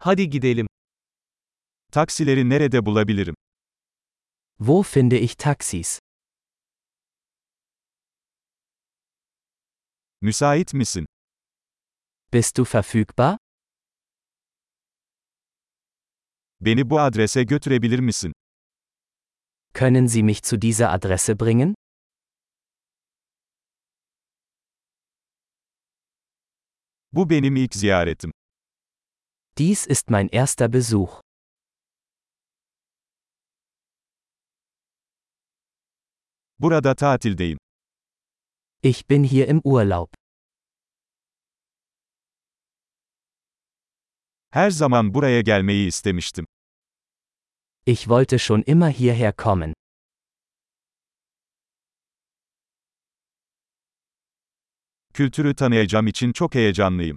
Hadi gidelim. Taksileri nerede bulabilirim? Wo finde ich Taxis? Müsait misin? Bist du verfügbar? Beni bu adrese götürebilir misin? Können Sie mich zu dieser Adresse bringen? Bu benim ilk ziyaretim. Dies ist mein erster Besuch. Burada tatildeyim. Ich bin hier im Urlaub. Her zaman buraya gelmeyi istemiştim. Ich wollte schon immer hierher kommen. Kültürü tanıyacağım için çok heyecanlıyım.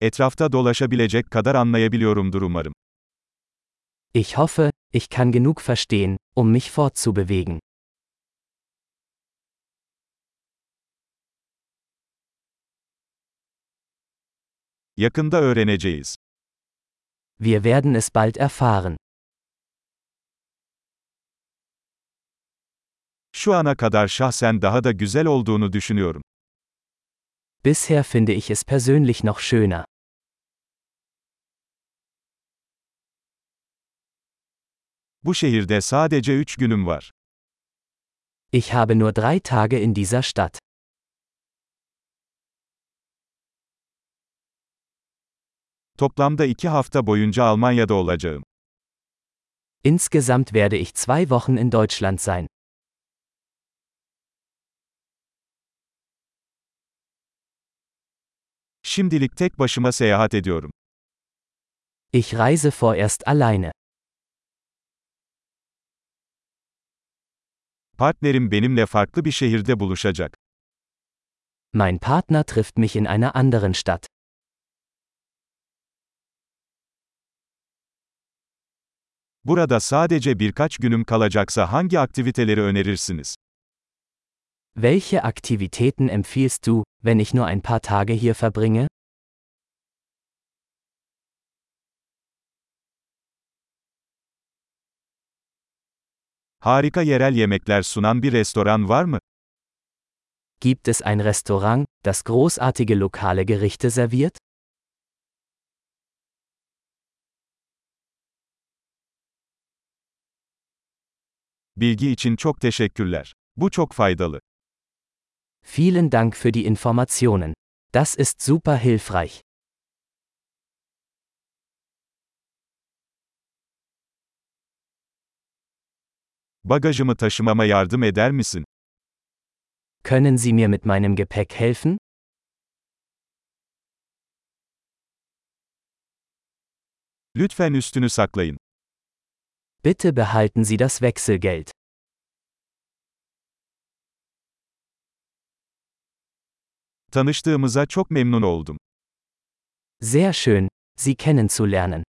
Etrafta dolaşabilecek kadar anlayabiliyorumdur umarım. Ich hoffe, ich kann genug verstehen, um mich fortzubewegen. Yakında öğreneceğiz. Wir werden es bald erfahren. Şu ana kadar şahsen daha da güzel olduğunu düşünüyorum. Bisher finde ich es persönlich noch schöner. Bu şehirde sadece 3 günüm var. Ich habe nur drei Tage in dieser Stadt. Toplamda 2 hafta boyunca Almanya'da olacağım. Insgesamt werde ich zwei Wochen in Deutschland sein. Şimdilik tek başıma seyahat ediyorum. Ich reise vorerst alleine. Partnerim benimle farklı bir şehirde buluşacak. Mein Partner trifft mich in einer anderen Stadt. Burada sadece birkaç günüm kalacaksa hangi aktiviteleri önerirsiniz? Welche Aktivitäten empfiehlst du, wenn ich nur ein paar Tage hier verbringe? Harika yerel yemekler sunan bir restoran var mı? Gibt es ein Restaurant, das großartige lokale Gerichte serviert? Bilgi için çok teşekkürler. Bu çok faydalı. Vielen Dank für die Informationen. Das ist super hilfreich. Bagajımı taşımama yardım eder misin? Können Sie mir mit meinem Gepäck helfen? Lütfen üstünü saklayın. Bitte behalten Sie das Wechselgeld. Tanıştığımıza çok memnun oldum. Sehr schön, Sie kennenzulernen.